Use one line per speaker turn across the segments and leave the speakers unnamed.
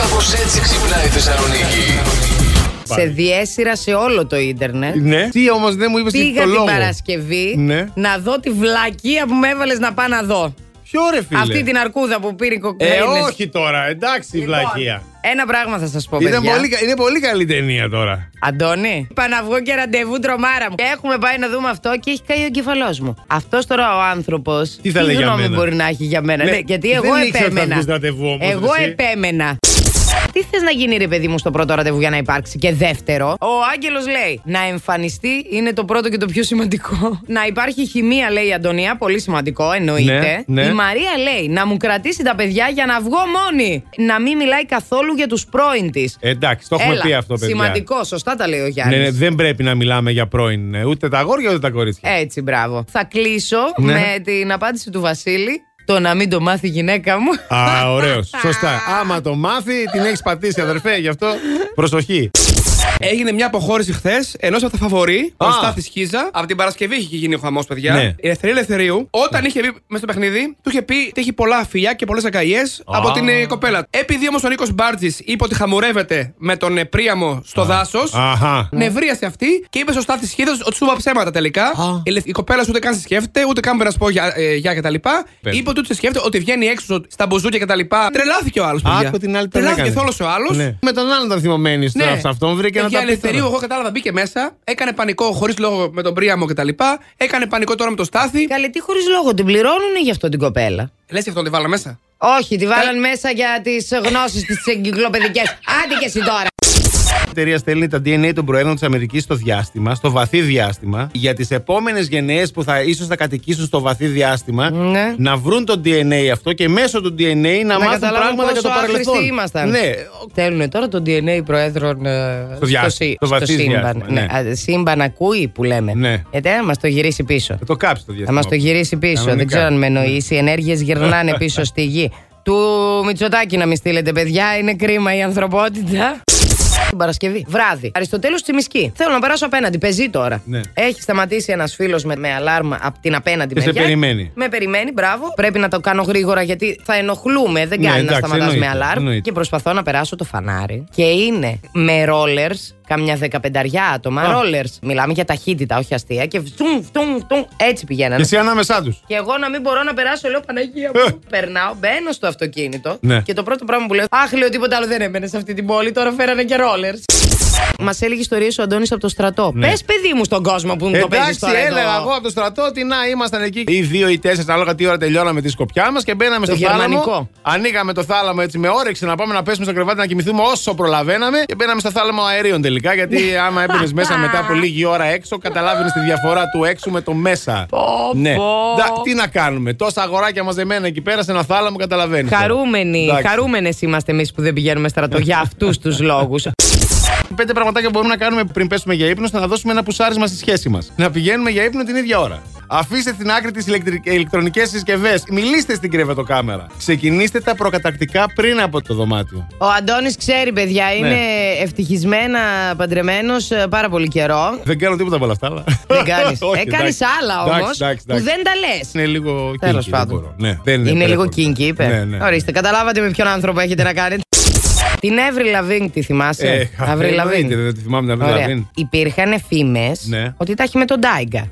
Κάπως έτσι ξυπνάει η Θεσσαλονίκη.
Σε διέσυρα σε όλο το ίντερνετ.
Ναι. Τι όμως δεν μου είπες
Πήγα
το
την
λόγο.
Παρασκευή
Ναι.
να δω τη βλακεία που με έβαλες να πάω να δω.
Ποιο ρε φίλε.
Αυτή την αρκούδα που πήρε η
Ε,
κοκκινή.
όχι τώρα, εντάξει η βλακεία.
Ένα πράγμα θα σας πω,
Ήταν
παιδιά.
πολύ, κα- είναι πολύ καλή ταινία τώρα.
Αντώνη, είπα να βγω και ραντεβού τρομάρα μου. Και έχουμε πάει να δούμε αυτό και έχει καεί ο εγκεφαλός μου. Αυτός τώρα ο άνθρωπος.
Τι θα λέει για
γνώμη
μένα?
μπορεί να έχει για μένα.
Ναι,
Ναι, γιατί
δεν
εγώ
ήξερα ότι θα
επέμενα.
βγεις ραντεβού όμως,
εγώ
εσύ.
επέμενα. Τι θες να γίνει, ρε παιδί μου, στο πρώτο ραντεβού για να υπάρξει. Και δεύτερο, ο Άγγελος λέει να εμφανιστεί είναι το πρώτο και το πιο σημαντικό. να υπάρχει χημεία, λέει η Αντωνία, πολύ σημαντικό, εννοείται.
Ναι, ναι.
Η Μαρία λέει να μου κρατήσει τα παιδιά για να βγω μόνη. Να μην μιλάει καθόλου για τους πρώην της.
Ε, Εντάξει, το έχουμε
Έλα,
πει αυτό, παιδιά.
Σημαντικό, σωστά τα λέει ο Γιάννης.
Ναι, ναι, δεν πρέπει να μιλάμε για πρώην, ναι, ούτε τα αγόρια ούτε τα κορίτσια.
Έτσι, μπράβο. Θα κλείσω
Ναι.
με την απάντηση του Βασίλη. Το να μην το μάθει η γυναίκα μου.
Α, ωραίος. Σωστά. Άμα το μάθει, την έχεις πατήσει, αδερφέ, γι' αυτό προσοχή.
Έγινε μια αποχώρηση χθες ενός από τα φαβορή,
Α.
ο Στάθη Χίζα. Από την Παρασκευή είχε γίνει ο χαμός, παιδιά. Ναι.
Ναι.
Η Ελευθερία Ελευθερίου, όταν είχε μπει μέσα στο παιχνίδι, του είχε πει ότι έχει πολλά φιλιά και πολλές αγκαλιές από την ε, κοπέλα. Επειδή όμως ο Νίκος Μπάρτζης είπε ότι χαμουρεύεται με τον ε, Πρίαμο στο δάσος.
Αχα.
Ναι.
Νευρίασε αυτή και είπε στο Στάθη Χίδα ότι σου είπα ψέματα τελικά. Η, ελευ- η κοπέλα σου ούτε καν σε σκέφτεται, ούτε καν μπορεί να σου πω για, ε, για κτλ.
Πες.
Είπε ότι ούτε σε σκέφτεται, ότι βγαίνει έξω στα μπουζούκια κτλ. Τρελάθηκε ο άλλος.
Άκου την άλλη τον
Τρελάθηκε
έκανε.
θόλος ο άλλος.
Ναι. Με τον άλλον ήταν θυμωμένη
Ναι.
στο
Ναι.
σε αυτόν, βρήκε να
Για
τα πει.
ελευθερίου,
τώρα.
εγώ κατάλαβα, μπήκε μέσα. Έκανε πανικό χωρίς λόγο με τον Πρίαμο κτλ. Έκανε πανικό τώρα με τον Στάθη.
Καλέ, τι χωρίς λόγο, την πληρώνουν γι' αυτό την κοπέλα.
Λες και αυτόν τη βάλα μέσα.
Όχι, τη βάλαν μέσα για τις γνώσεις τι εγκυκλοπαιδικές. Άντε και εσύ τώρα.
Η εταιρεία στέλνει τα DNA των προέδρων της Αμερικής στο διάστημα, στο βαθύ διάστημα, για τις επόμενες γενναίες που θα ίσως θα κατοικήσουν στο βαθύ διάστημα,
Ναι.
να βρουν το DNA αυτό και μέσω του DNA να, μάθουν
καταλάβουν
πράγματα για το
πόσο
παρελθόν.
άχρηστοι ήμασταν.
Ναι,
Θέλουν τώρα το DNA προέδρων ε, στο,
διάστημα,
σύ-
στο βαθύ
σύμπαν.
διάστημα, ναι.
α, σύμπαν ακούει που λέμε.
Ναι.
Γιατί να μα το γυρίσει πίσω.
θα το κάψει το
Θα
διάστημα.
μα το γυρίσει πίσω. Δεν
Κανονικά. Ναι.
ξέρω αν με εννοήσει. Οι ενέργειες γυρνάνε πίσω στη γη. Του Μητσοτάκη να μην στείλετε, παιδιά. Είναι κρίμα η ανθρωπότητα. Την Παρασκευή. Βράδυ. Αριστοτέλους Τσιμισκή. Θέλω να περάσω απέναντι. Πεζή τώρα.
Ναι.
Έχει σταματήσει ένας φίλος με, με αλάρμα από την απέναντι
Και σε
μεριά.
περιμένει.
Με περιμένει, μπράβο. Πρέπει να το κάνω γρήγορα γιατί θα ενοχλούμε. Δεν
Ναι,
κάνει
εντάξει,
να σταματά με
εννοείται,
αλάρμ.
εννοείται.
Και προσπαθώ να περάσω το φανάρι. Και είναι με rollers, κάμια δεκαπενταριά άτομα. Rollers. Μιλάμε για ταχύτητα, όχι αστεία. Και φτουμ, φτουμ, φτουμ. Έτσι
Και
πηγαίνανε.
εσύ ανάμεσά τους.
Και εγώ να μην μπορώ να περάσω, λέω Παναγία μου. Περνάω, μπαίνω στο αυτοκίνητο.
Ναι.
Και το πρώτο πράγμα που λέω, Αχ, λέω τίποτα άλλο δεν έμπαινε σε αυτή την πόλη. Τώρα φέρανε και ρόλερ. Μας έλεγε ιστορίε ο Αντώνης από το στρατό.
Ναι.
Πες παιδί μου στον κόσμο που μου το παίζει
Εντάξει,
τώρα. εδώ.
έλεγα εγώ από το στρατό ότι να ήμασταν εκεί ή δύο ή τέσσερις, ανάλογα τι ώρα τελειώναμε τη σκοπιά μας και μπαίναμε
Το
στο θάλαμο.
γερμανικό.
Ανοίγαμε το θάλαμο έτσι με όρεξη να πάμε να πέσουμε στο κρεβάτι να κοιμηθούμε όσο προλαβαίναμε και μπαίναμε στο θάλαμο αερίων τελικά. Γιατί άμα έμπαινες μέσα μετά από λίγη ώρα έξω, καταλάβαινες τη διαφορά του έξω με το μέσα. Ναι. Ντα- Τι να κάνουμε. Τόσα αγοράκια μαζεμένα εκεί πέρα σε ένα θάλαμο, καταλαβαίνεις.
Χαρούμενοι, χαρούμενες είμαστε εμείς που δεν πηγαίνουμε στρατό για αυτούς τους λόγους.
Πέντε πραγματάκια που μπορούμε να κάνουμε πριν πέσουμε για ύπνο, ώστε να δώσουμε ένα πουσάρισμα στη σχέση μας. Να πηγαίνουμε για ύπνο την ίδια ώρα. Αφήστε στην άκρη τις ηλεκτρονικές συσκευές. Μιλήστε στην κρεβατοκάμερα. Ξεκινήστε τα προκατακτικά πριν από το δωμάτιο.
Ο Αντώνης ξέρει,
Ναι.
παιδιά, είναι ευτυχισμένα παντρεμένος πάρα πολύ καιρό.
Δεν κάνω τίποτα από όλα αυτά, αλλά.
Δεν κάνεις.
Όχι,
Έκανε
εντάξει.
άλλα
Εντάξει,
όμως
εντάξει,
που
εντάξει.
δεν τα λες.
Είναι λίγο kinky.
Τέλος
δεν
πάντων.
μπορώ. Ναι, δεν
Είναι, λίγο
περίπου.
kinky, είπε.
Ναι, ναι, ναι.
Ορίστε, καταλάβατε με ποιον άνθρωπο έχετε να κάνετε. Την Εύρη Λαβίν, τη θυμάσαι.
Ε,
Avril Lavigne.
εννοείται, δεν τη θυμάμαι την Avril
Ωραία.
Lavigne.
Υπήρχαν φήμες
Ναι.
ότι τα έχει με τον Τάιγκα.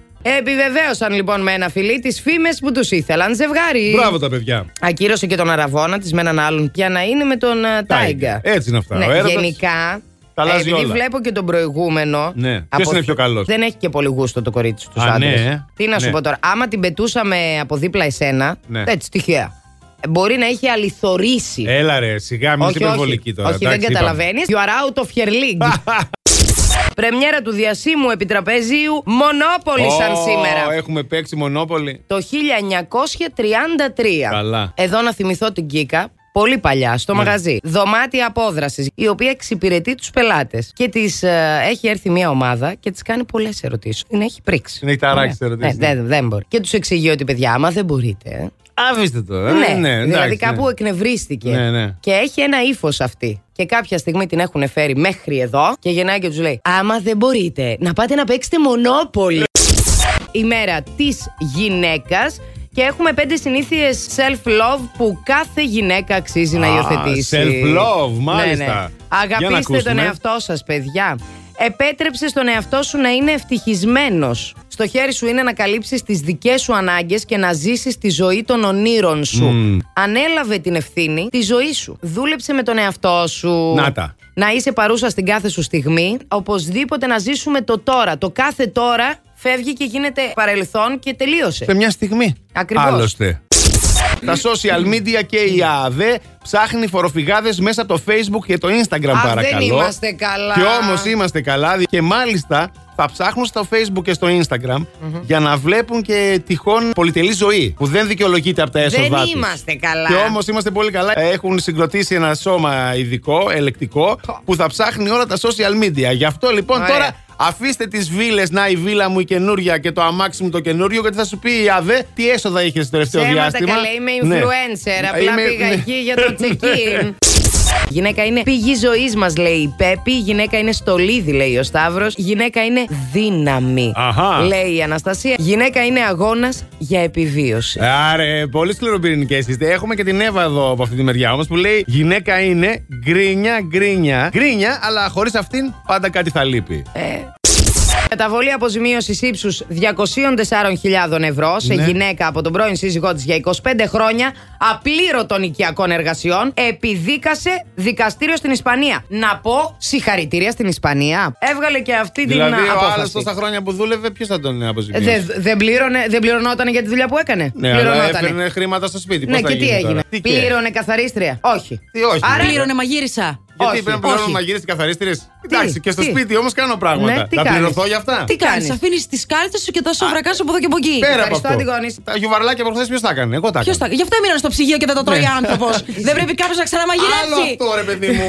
Επιβεβαίωσαν λοιπόν με ένα φιλί τις φήμες που τους ήθελαν ζευγάρι.
Μπράβο τα παιδιά.
Ακύρωσε και τον αραβόνα της με έναν άλλον για να είναι με τον ε, Τάιγκα.
Έτσι είναι αυτά.
Ναι,
Ο έρωτας
γενικά.
τα αλλάζει
επειδή
όλα.
βλέπω και τον προηγούμενο.
Ναι. Ποιος είναι πιο καλός?
Δεν έχει και πολύ γούστο το κορίτσι τους
Α,
άντρες.
ναι, ε.
Τι να σου
Ναι.
πω τώρα. Άμα την πετούσαμε από δίπλα εσένα.
Ναι. Ε,
Έτσι, τυχαία. ε, Μπορεί να είχε αληθωρήσει.
Έλα ρε, σιγά μην είσαι υπερβολική τώρα.
όχι,
εντάξει,
δεν
είπαμε.
καταλαβαίνεις. You are out of your league. Πρεμιέρα του διασύμου επιτραπέζιου Μονόπολη σαν
Ω,
σήμερα.
Έχουμε παίξει μονόπολη.
Το 1933.
Καλά. Ναι.
Εδώ να θυμηθώ την Κίκα. Πολύ παλιά, στο μαγαζί. Δωμάτια απόδρασης, η οποία εξυπηρετεί τους πελάτες. Και τη έχει έρθει μια ομάδα και τη κάνει πολλές ερωτήσεις. Την έχει πρίξει.
Την έχει ταράξει
Ωραία.
τις ερωτήσεις,
Ναι,
ναι.
δεν, δεν μπορεί. Και τους εξηγεί ότι, παιδιά, άμα δεν μπορείτε.
Αφήστε το. ε.
δηλαδή
εντάξει,
κάπου
ναι.
εκνευρίστηκε.
Ναι, ναι.
Και έχει ένα ύφος αυτή. Και κάποια στιγμή την έχουν φέρει μέχρι εδώ και γεννάει και τους λέει: Άμα δεν μπορείτε να πάτε να παίξετε μονόπολη. Η μέρα της γυναίκας Και έχουμε πέντε συνήθειες self-love που κάθε γυναίκα αξίζει να
Α,
υιοθετήσει.
self-love,
Ναι,
μάλιστα.
ναι.
Για να
Αγαπήστε τον
ακούσουμε.
εαυτό σας, παιδιά. Επέτρεψε στον εαυτό σου να είναι ευτυχισμένος. Στο χέρι σου είναι να καλύψεις τις δικές σου ανάγκες και να ζήσεις τη ζωή των ονείρων σου. Ανέλαβε την ευθύνη τη ζωή σου. Δούλεψε με τον εαυτό σου.
Να τα.
Να είσαι παρούσα στην κάθε σου στιγμή. Οπωσδήποτε να ζήσουμε το τώρα. Το κάθε τώρα φεύγει και γίνεται παρελθόν και τελείωσε.
Σε μια στιγμή.
Ακριβώς.
Άλλωστε. Τα social media και η ΑΔΕ ψάχνει φοροφυγάδες μέσα από το Facebook και το Instagram,
Α,
παρακαλώ.
δεν είμαστε καλά.
Και όμως είμαστε καλά. Και μάλιστα θα ψάχνουν στο Facebook και στο Instagram για να βλέπουν και τυχόν πολυτελή ζωή που δεν δικαιολογείται από τα έσοδα.
Δεν
τους.
είμαστε καλά.
Και όμως είμαστε πολύ καλά. Έχουν συγκροτήσει ένα σώμα ειδικό, ελεκτικό, που θα ψάχνει όλα τα social media. Γι' αυτό λοιπόν
Ωραία.
τώρα αφήστε τις βίλες. Να η βίλα μου η καινούρια και το αμάξι μου το καινούριο, γιατί θα σου πει η ΑΔΕ τι έσοδα είχες στο τελευταίο
Ψέματα
διάστημα.
καλά, είμαι
Ναι.
influencer. Απλά
Είμαι-
πήγα
ναι.
εκεί για το check-in. Η γυναίκα είναι πηγή ζωής μας, λέει η Πέπη. Η γυναίκα είναι στολίδι, λέει ο Σταύρος. Η γυναίκα είναι δύναμη,
Αχα.
λέει η Αναστασία. Η γυναίκα είναι αγώνας για επιβίωση.
Άρε, πολύ σκληροπυρηνικέ είστε. Έχουμε και την Εύα εδώ από αυτή τη μεριά όμως που λέει Γυναίκα είναι γκρίνια, γκρίνια. Γκρίνια, αλλά χωρίς αυτήν πάντα κάτι θα λείπει.
Ε, Καταβολή αποζημίωσης ύψους 204.000 ευρώ σε
Ναι.
γυναίκα από τον πρώην σύζυγό της για 25 χρόνια απλήρωτων οικιακών εργασιών επιδίκασε δικαστήριο στην Ισπανία. Να πω συγχαρητήρια στην Ισπανία. Έβγαλε και αυτή
δηλαδή,
την
ο άλλος
απόφαση. Ε,
τόσα χρόνια που δούλευε, ποιος θα τον αποζημιώσει.
Δεν δεν πλήρωνε, δεν πληρωνόταν για τη δουλειά που έκανε.
Ναι, αλλά
Πληρωνότανε.
έπαιρνε χρήματα στο σπίτι.
Ναι,
Πώς θα
και τι
γίνει
έγινε.
τώρα? Τι και.
Πλήρωνε καθαρίστρια. Όχι.
Τι όχι.
Άρα-
Πλήρωνε μαγείρισα.
Γιατί
όχι,
πρέπει να πληρώνω
όχι.
μαγείρε και καθαρίστρε. Εντάξει, και στο
τι.
σπίτι όμως κάνω πράγματα.
Ναι, τι
θα
κάνεις.
πληρωθώ για αυτά.
Τι κάνει,
κάνεις?
αφήνεις τις κάρτες σου και τόσο βρακά από εδώ και από εκεί.
Πέρα από
Ευχαριστώ,
αυτό.
Αντιγόνη.
Τα γιουβαρλάκια προχθές ποιος τα έκανε. Εγώ τα
Ποιος
έκανα.
τα. Γι' αυτό έμειναν στο ψυγείο και δεν τα τρώει άνθρωπος. Δεν πρέπει κάποιος να
Άλλο
ξαναμαγειρέψει.
αυτό ρε παιδί μου.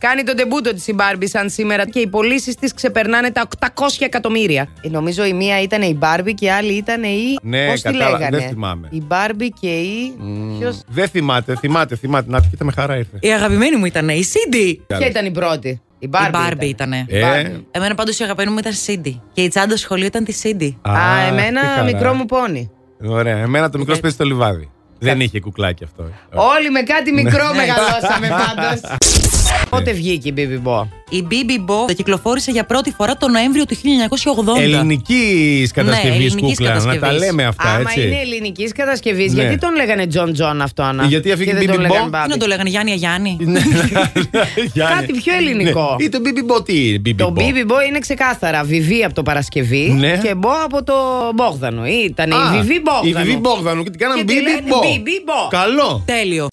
Κάνει τον τεμπούτο της η Μπάρμπι σαν σήμερα και οι πωλήσεις της ξεπερνάνε τα 800 εκατομμύρια. Ε, νομίζω η μία ήταν η Μπάρμπι και η άλλη ήταν η.
Ναι,
Πώς τη
κατάλαβα,
λέγανε.
δεν θυμάμαι. Mm.
Η Μπάρμπι και η. Ποιος...
Δεν θυμάται, θυμάται, θυμάται. Να πείτε με χαρά ήρθε.
Η αγαπημένη μου ήταν η Σίντι.
Ποια ήταν η πρώτη. Η Μπάρμπι.
Η Μπάρμπι ήτανε.
Ε,
Εμένα πάντως η αγαπημένη μου ήταν Σίντι. Και η τσάντα σχολείου ήταν τη Σίντι.
Α,
τι
εμένα
χαρά.
μικρό μου πόνι.
Ωραία, εμένα το μικρό σπίτι στο λιβάδι. Δεν είχε κουκλάκι αυτό.
Όλοι με κάτι
Ναι.
μικρό μεγαλώσαμε πάντως. Πότε βγήκε η Μπίμπι Μπό.
Η BB Bo το κυκλοφόρησε για πρώτη φορά το Νοέμβριο του 1980.
Ελληνική κατασκευής
ελληνικής
κούκλα. Να τα
κατασκευής.
λέμε αυτά,
Ναι, Άμα
έτσι.
είναι ελληνικής κατασκευής,
Ναι.
γιατί τον λέγανε Τζον Τζον αυτό, Ανά.
Γιατί έφυγε
Και
η
δεν τον
Μπίμπι Μπό.
λέγανε
Τι να το
Μπάρμπι.
λέγανε, Γιάννη Αγιάννη.
Ναι, Γιάννη.
Κάτι πιο ελληνικό.
Ναι. Ή το BB τι είναι, BB
Το Μπίμπι Μπό είναι ξεκάθαρα. Βιβί από το Παρασκευή
Ναι.
και Μπό από το Μπόγδανο. Ήταν η Βιβί
Η
Μπόγδανο.
Βιβί Μπόγδανο. Και την κάναμε
Και τη λένε
BB Μπό.
BB Μπό.
Καλό.
Τέλειο.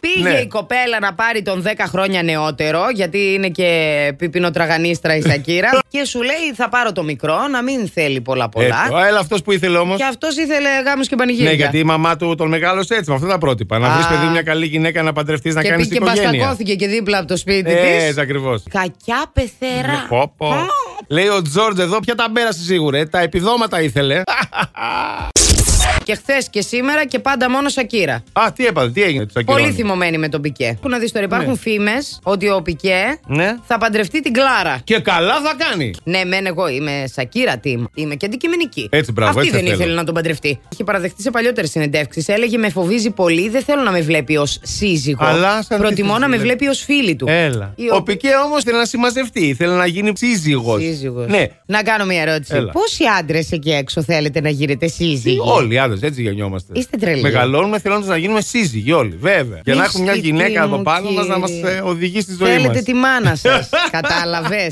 Πήγε
Ναι.
η κοπέλα να πάρει τον 10 χρόνια νεότερο, γιατί είναι και πιπινοτραγανίστρα η Σακύρα. και σου λέει: Θα πάρω το μικρό, να μην θέλει πολλά-πολλά.
Έτσι. Ε, Έλα αυτός που ήθελε όμως.
και αυτός ήθελε γάμους και πανηγύρια.
Ναι, γιατί η μαμά του τον μεγάλωσε έτσι, με αυτά τα πρότυπα. Να βρει
Α.
παιδί μια καλή γυναίκα να παντρευτείς, να
και
κάνεις
πήγε και
οικογένεια.
μπαστακώθηκε και δίπλα από το σπίτι της.
Έτσι ακριβώς.
Κακιά πεθερά.
Ναι, Πω, πω.
Πω.
Λέει ο Τζόρτζ εδώ, πια τα πέρασε σίγουρα. ε. Τα επιδόματα ήθελε.
Και χθες και σήμερα και πάντα μόνο Σακύρα.
Α, τι έπαθε, τι έγινε. τους
Πολύ
ακυρώνει.
θυμωμένη με τον Πικέ. Που να δεις τώρα, υπάρχουν φήμες ότι ο Πικέ
Ναι.
θα παντρευτεί την Κλάρα.
Και καλά θα κάνει.
Ναι, μεν εγώ είμαι Σακύρα team. Είμαι και αντικειμενική.
Έτσι, μπράβο,
Αυτή
έτσι
δεν
θέλω.
ήθελε να τον παντρευτεί. Είχε παραδεχτεί σε παλιότερες συνεντεύξεις. Έλεγε Με φοβίζει πολύ, δεν θέλω να με βλέπει ως σύζυγο.
Αλλά σαν
Προτιμώ
τι
να με
βλέπει.
βλέπει ως φίλη του.
Έλα.
Η
Ο
οποία-
Πικέ όμως θέλει να συμμαζευτεί, ήθελε να γίνει σύζυγος.
Σύζυγος.
Ναι.
Να κάνω μια ερώτηση.
Έλα.
Πόσοι άντρες εκεί έξω θέλετε να γίνετε σύζυγοι.
Τι, Όλοι οι άντρες, έτσι γεννιόμαστε.
Είστε τρελοί.
Μεγαλώνουμε θέλοντας να γίνουμε σύζυγοι όλοι, βέβαια. Και να
Μη
έχουμε μια
σκητή
γυναίκα
μου,
εδώ πάνω μας να μας
κύριε.
οδηγεί στη ζωή μα.
Θέλετε τη μάνα σας. Κατάλαβες.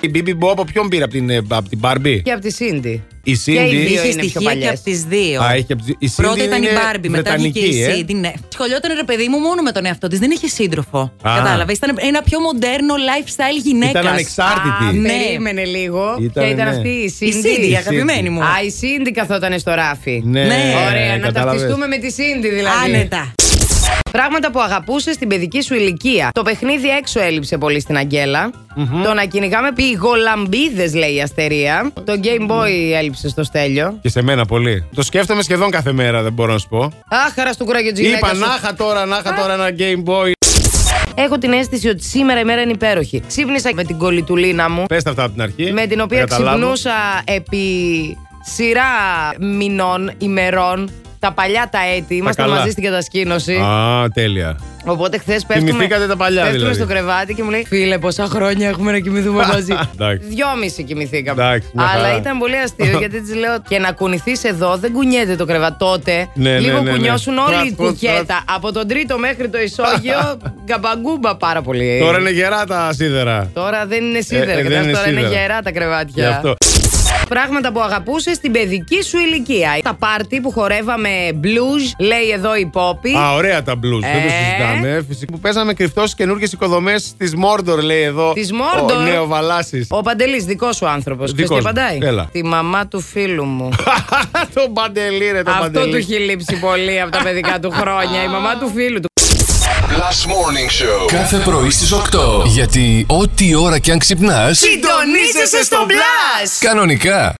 Η BB Bo από ποιον πήρε, από την, ε, από την Barbie.
Και από τη Σίντι.
Η
οι
Cindy.
δύο.
Είχε
είναι πιο
στοιχεία και
παλιές.
από τις δύο.
Α, έχει και από τις- η Cindy
Πρώτα ήταν η
είναι
Μπάρμπι, μετά βγήκε
Βρετανική,
η
ε.
Σίντι. Ναι. Σχολιόταν ρε παιδί μου μόνο με τον εαυτό της, δεν είχε σύντροφο. Κατάλαβες. Ήταν ένα πιο μοντέρνο lifestyle γυναίκα.
Ήταν ανεξάρτητη.
Α,
Ναι.
Περίμενε λίγο.
Ήταν,
Ποια ήταν
ναι.
αυτή η
Η
Σίντι.
Σίντι, η
Cindy.
αγαπημένη μου.
Α, η Σίντι καθόταν στο ράφι.
Ναι,
Ναι.
Ωραία, να
κατάλαβες.
ταυτιστούμε με τη Σίντι δηλαδή.
Άνετα.
Πράγματα που αγαπούσες στην παιδική σου ηλικία. Το παιχνίδι έξω έλειψε πολύ στην αγγελα Το να κυνηγάμε πηγολαμπίδες, λέει η αστερία. Το Game Boy έλειψε στο στέλιο.
Και σε μένα πολύ. Το σκέφτομαι σχεδόν κάθε μέρα, δεν μπορώ να σου πω.
Άχαρα του κουραγιοτζή.
Είπα να είχα τώρα, να είχα τώρα ένα Game Boy.
Έχω την αίσθηση ότι σήμερα η μέρα είναι υπέροχη. Ξύπνησα με την κολλητουλίνα μου.
Ε, Πες τα αυτά από την αρχή.
με την οποία
Να καταλάβω.
ξυπνούσα επί σειρά μηνών, ημερών, τα παλιά τα έτη. Είμαστε
καλά.
μαζί στην κατασκήνωση.
Α, τέλεια.
Οπότε χθες πέφτουμε,
Θυμηθήκατε τα παλιά,
πέφτουμε
δηλαδή.
στο κρεβάτι και μου λέει: Φίλε, πόσα χρόνια έχουμε να κοιμηθούμε μαζί.
Εντάξει.
Δυόμιση κοιμηθήκαμε.
Εντάξει, μια
Αλλά
χαρά.
ήταν πολύ αστείο γιατί της λέω: Και να κουνηθείς εδώ δεν κουνιέται το κρεβάτι. Τότε
Ναι, ναι,
λίγο
ναι, ναι.
κουνιώσουν
Φρας,
όλη η
φρας,
κουκέτα. Από τον τρίτο μέχρι το ισόγειο, γκαμπαγκούμπα πάρα πολύ.
Τώρα είναι γερά τα σίδερα.
Τώρα δεν είναι σίδερα.
Ε, ε, δεν
κατάλαβες,
είναι
τώρα είναι
σίδερα.
γερά τα
Γι'
κρεβάτια.
αυτό.
Πράγματα που αγαπούσες στην παιδική σου ηλικία. Τα πάρτι που χορεύαμε blues, λέει εδώ η Πόπη.
Α, ωραία τα μπλουζ. Δεν το
Ε.
συζητάμε. Φυσικά που παίζαμε κρυφτός στι καινούργιες οικοδομές της Μόρντορ, λέει εδώ.
Της Mordor?
Ο Νέο Βαλάση.
Ο Παντελής, δικός σου άνθρωπος. Ξέρει
Δικός
τι
μου.
απαντάει.
Έλα.
Τη μαμά του φίλου μου.
το μπαντελή, ρε, το
Αυτό του
μπαντελή.
έχει λείψει πολύ από τα παιδικά του χρόνια. Η μαμά του φίλου του.
Last Morning Show. Κάθε πρωί στις 8. Γιατί ό,τι ώρα κι αν ξυπνάς,
Συντονίζεσαι στο μπλα!
κανονικά